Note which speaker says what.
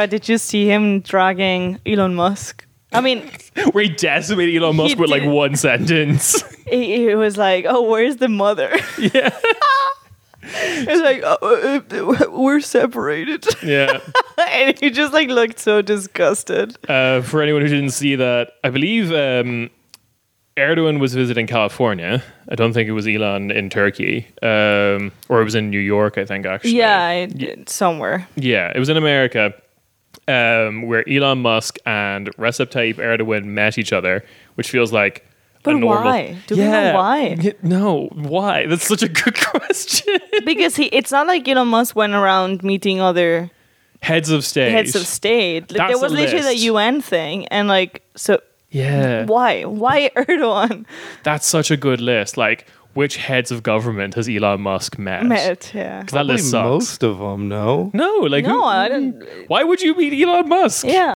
Speaker 1: Uh, did you see him dragging Elon Musk? I mean,
Speaker 2: Where he decimated Elon Musk with like
Speaker 1: did.
Speaker 2: one sentence.
Speaker 1: he, he was like, "Oh, where's the mother?" Yeah. It's like oh, uh, uh, we're separated,
Speaker 2: yeah.
Speaker 1: and he just like looked so disgusted.
Speaker 2: Uh, for anyone who didn't see that, I believe um, Erdogan was visiting California. I don't think it was Elon in Turkey, um, or it was in New York. I think actually.
Speaker 1: Yeah, I- somewhere.
Speaker 2: Yeah, it was in America, um, where Elon Musk and Recep Tayyip Erdogan met each other, which feels like.
Speaker 1: But
Speaker 2: a normal-
Speaker 1: why? Do we know why?
Speaker 2: Yeah, No, why? That's such a good question.
Speaker 1: Because he, it's not like Elon Musk went around meeting other
Speaker 2: Heads of state.
Speaker 1: heads of state. Like,
Speaker 2: That's
Speaker 1: there was
Speaker 2: a
Speaker 1: literally the
Speaker 2: list.
Speaker 1: UN thing, and like, so
Speaker 2: Yeah.
Speaker 1: why? Why Erdogan
Speaker 2: That's such a good list. Like, which heads of government has Elon Musk met?
Speaker 1: met? Yeah.
Speaker 2: 'Cause that list sucks.
Speaker 3: Most of them, no.
Speaker 2: No, like,
Speaker 1: No,
Speaker 2: who-
Speaker 1: I don't.
Speaker 2: why would you meet Elon Musk?
Speaker 1: Yeah.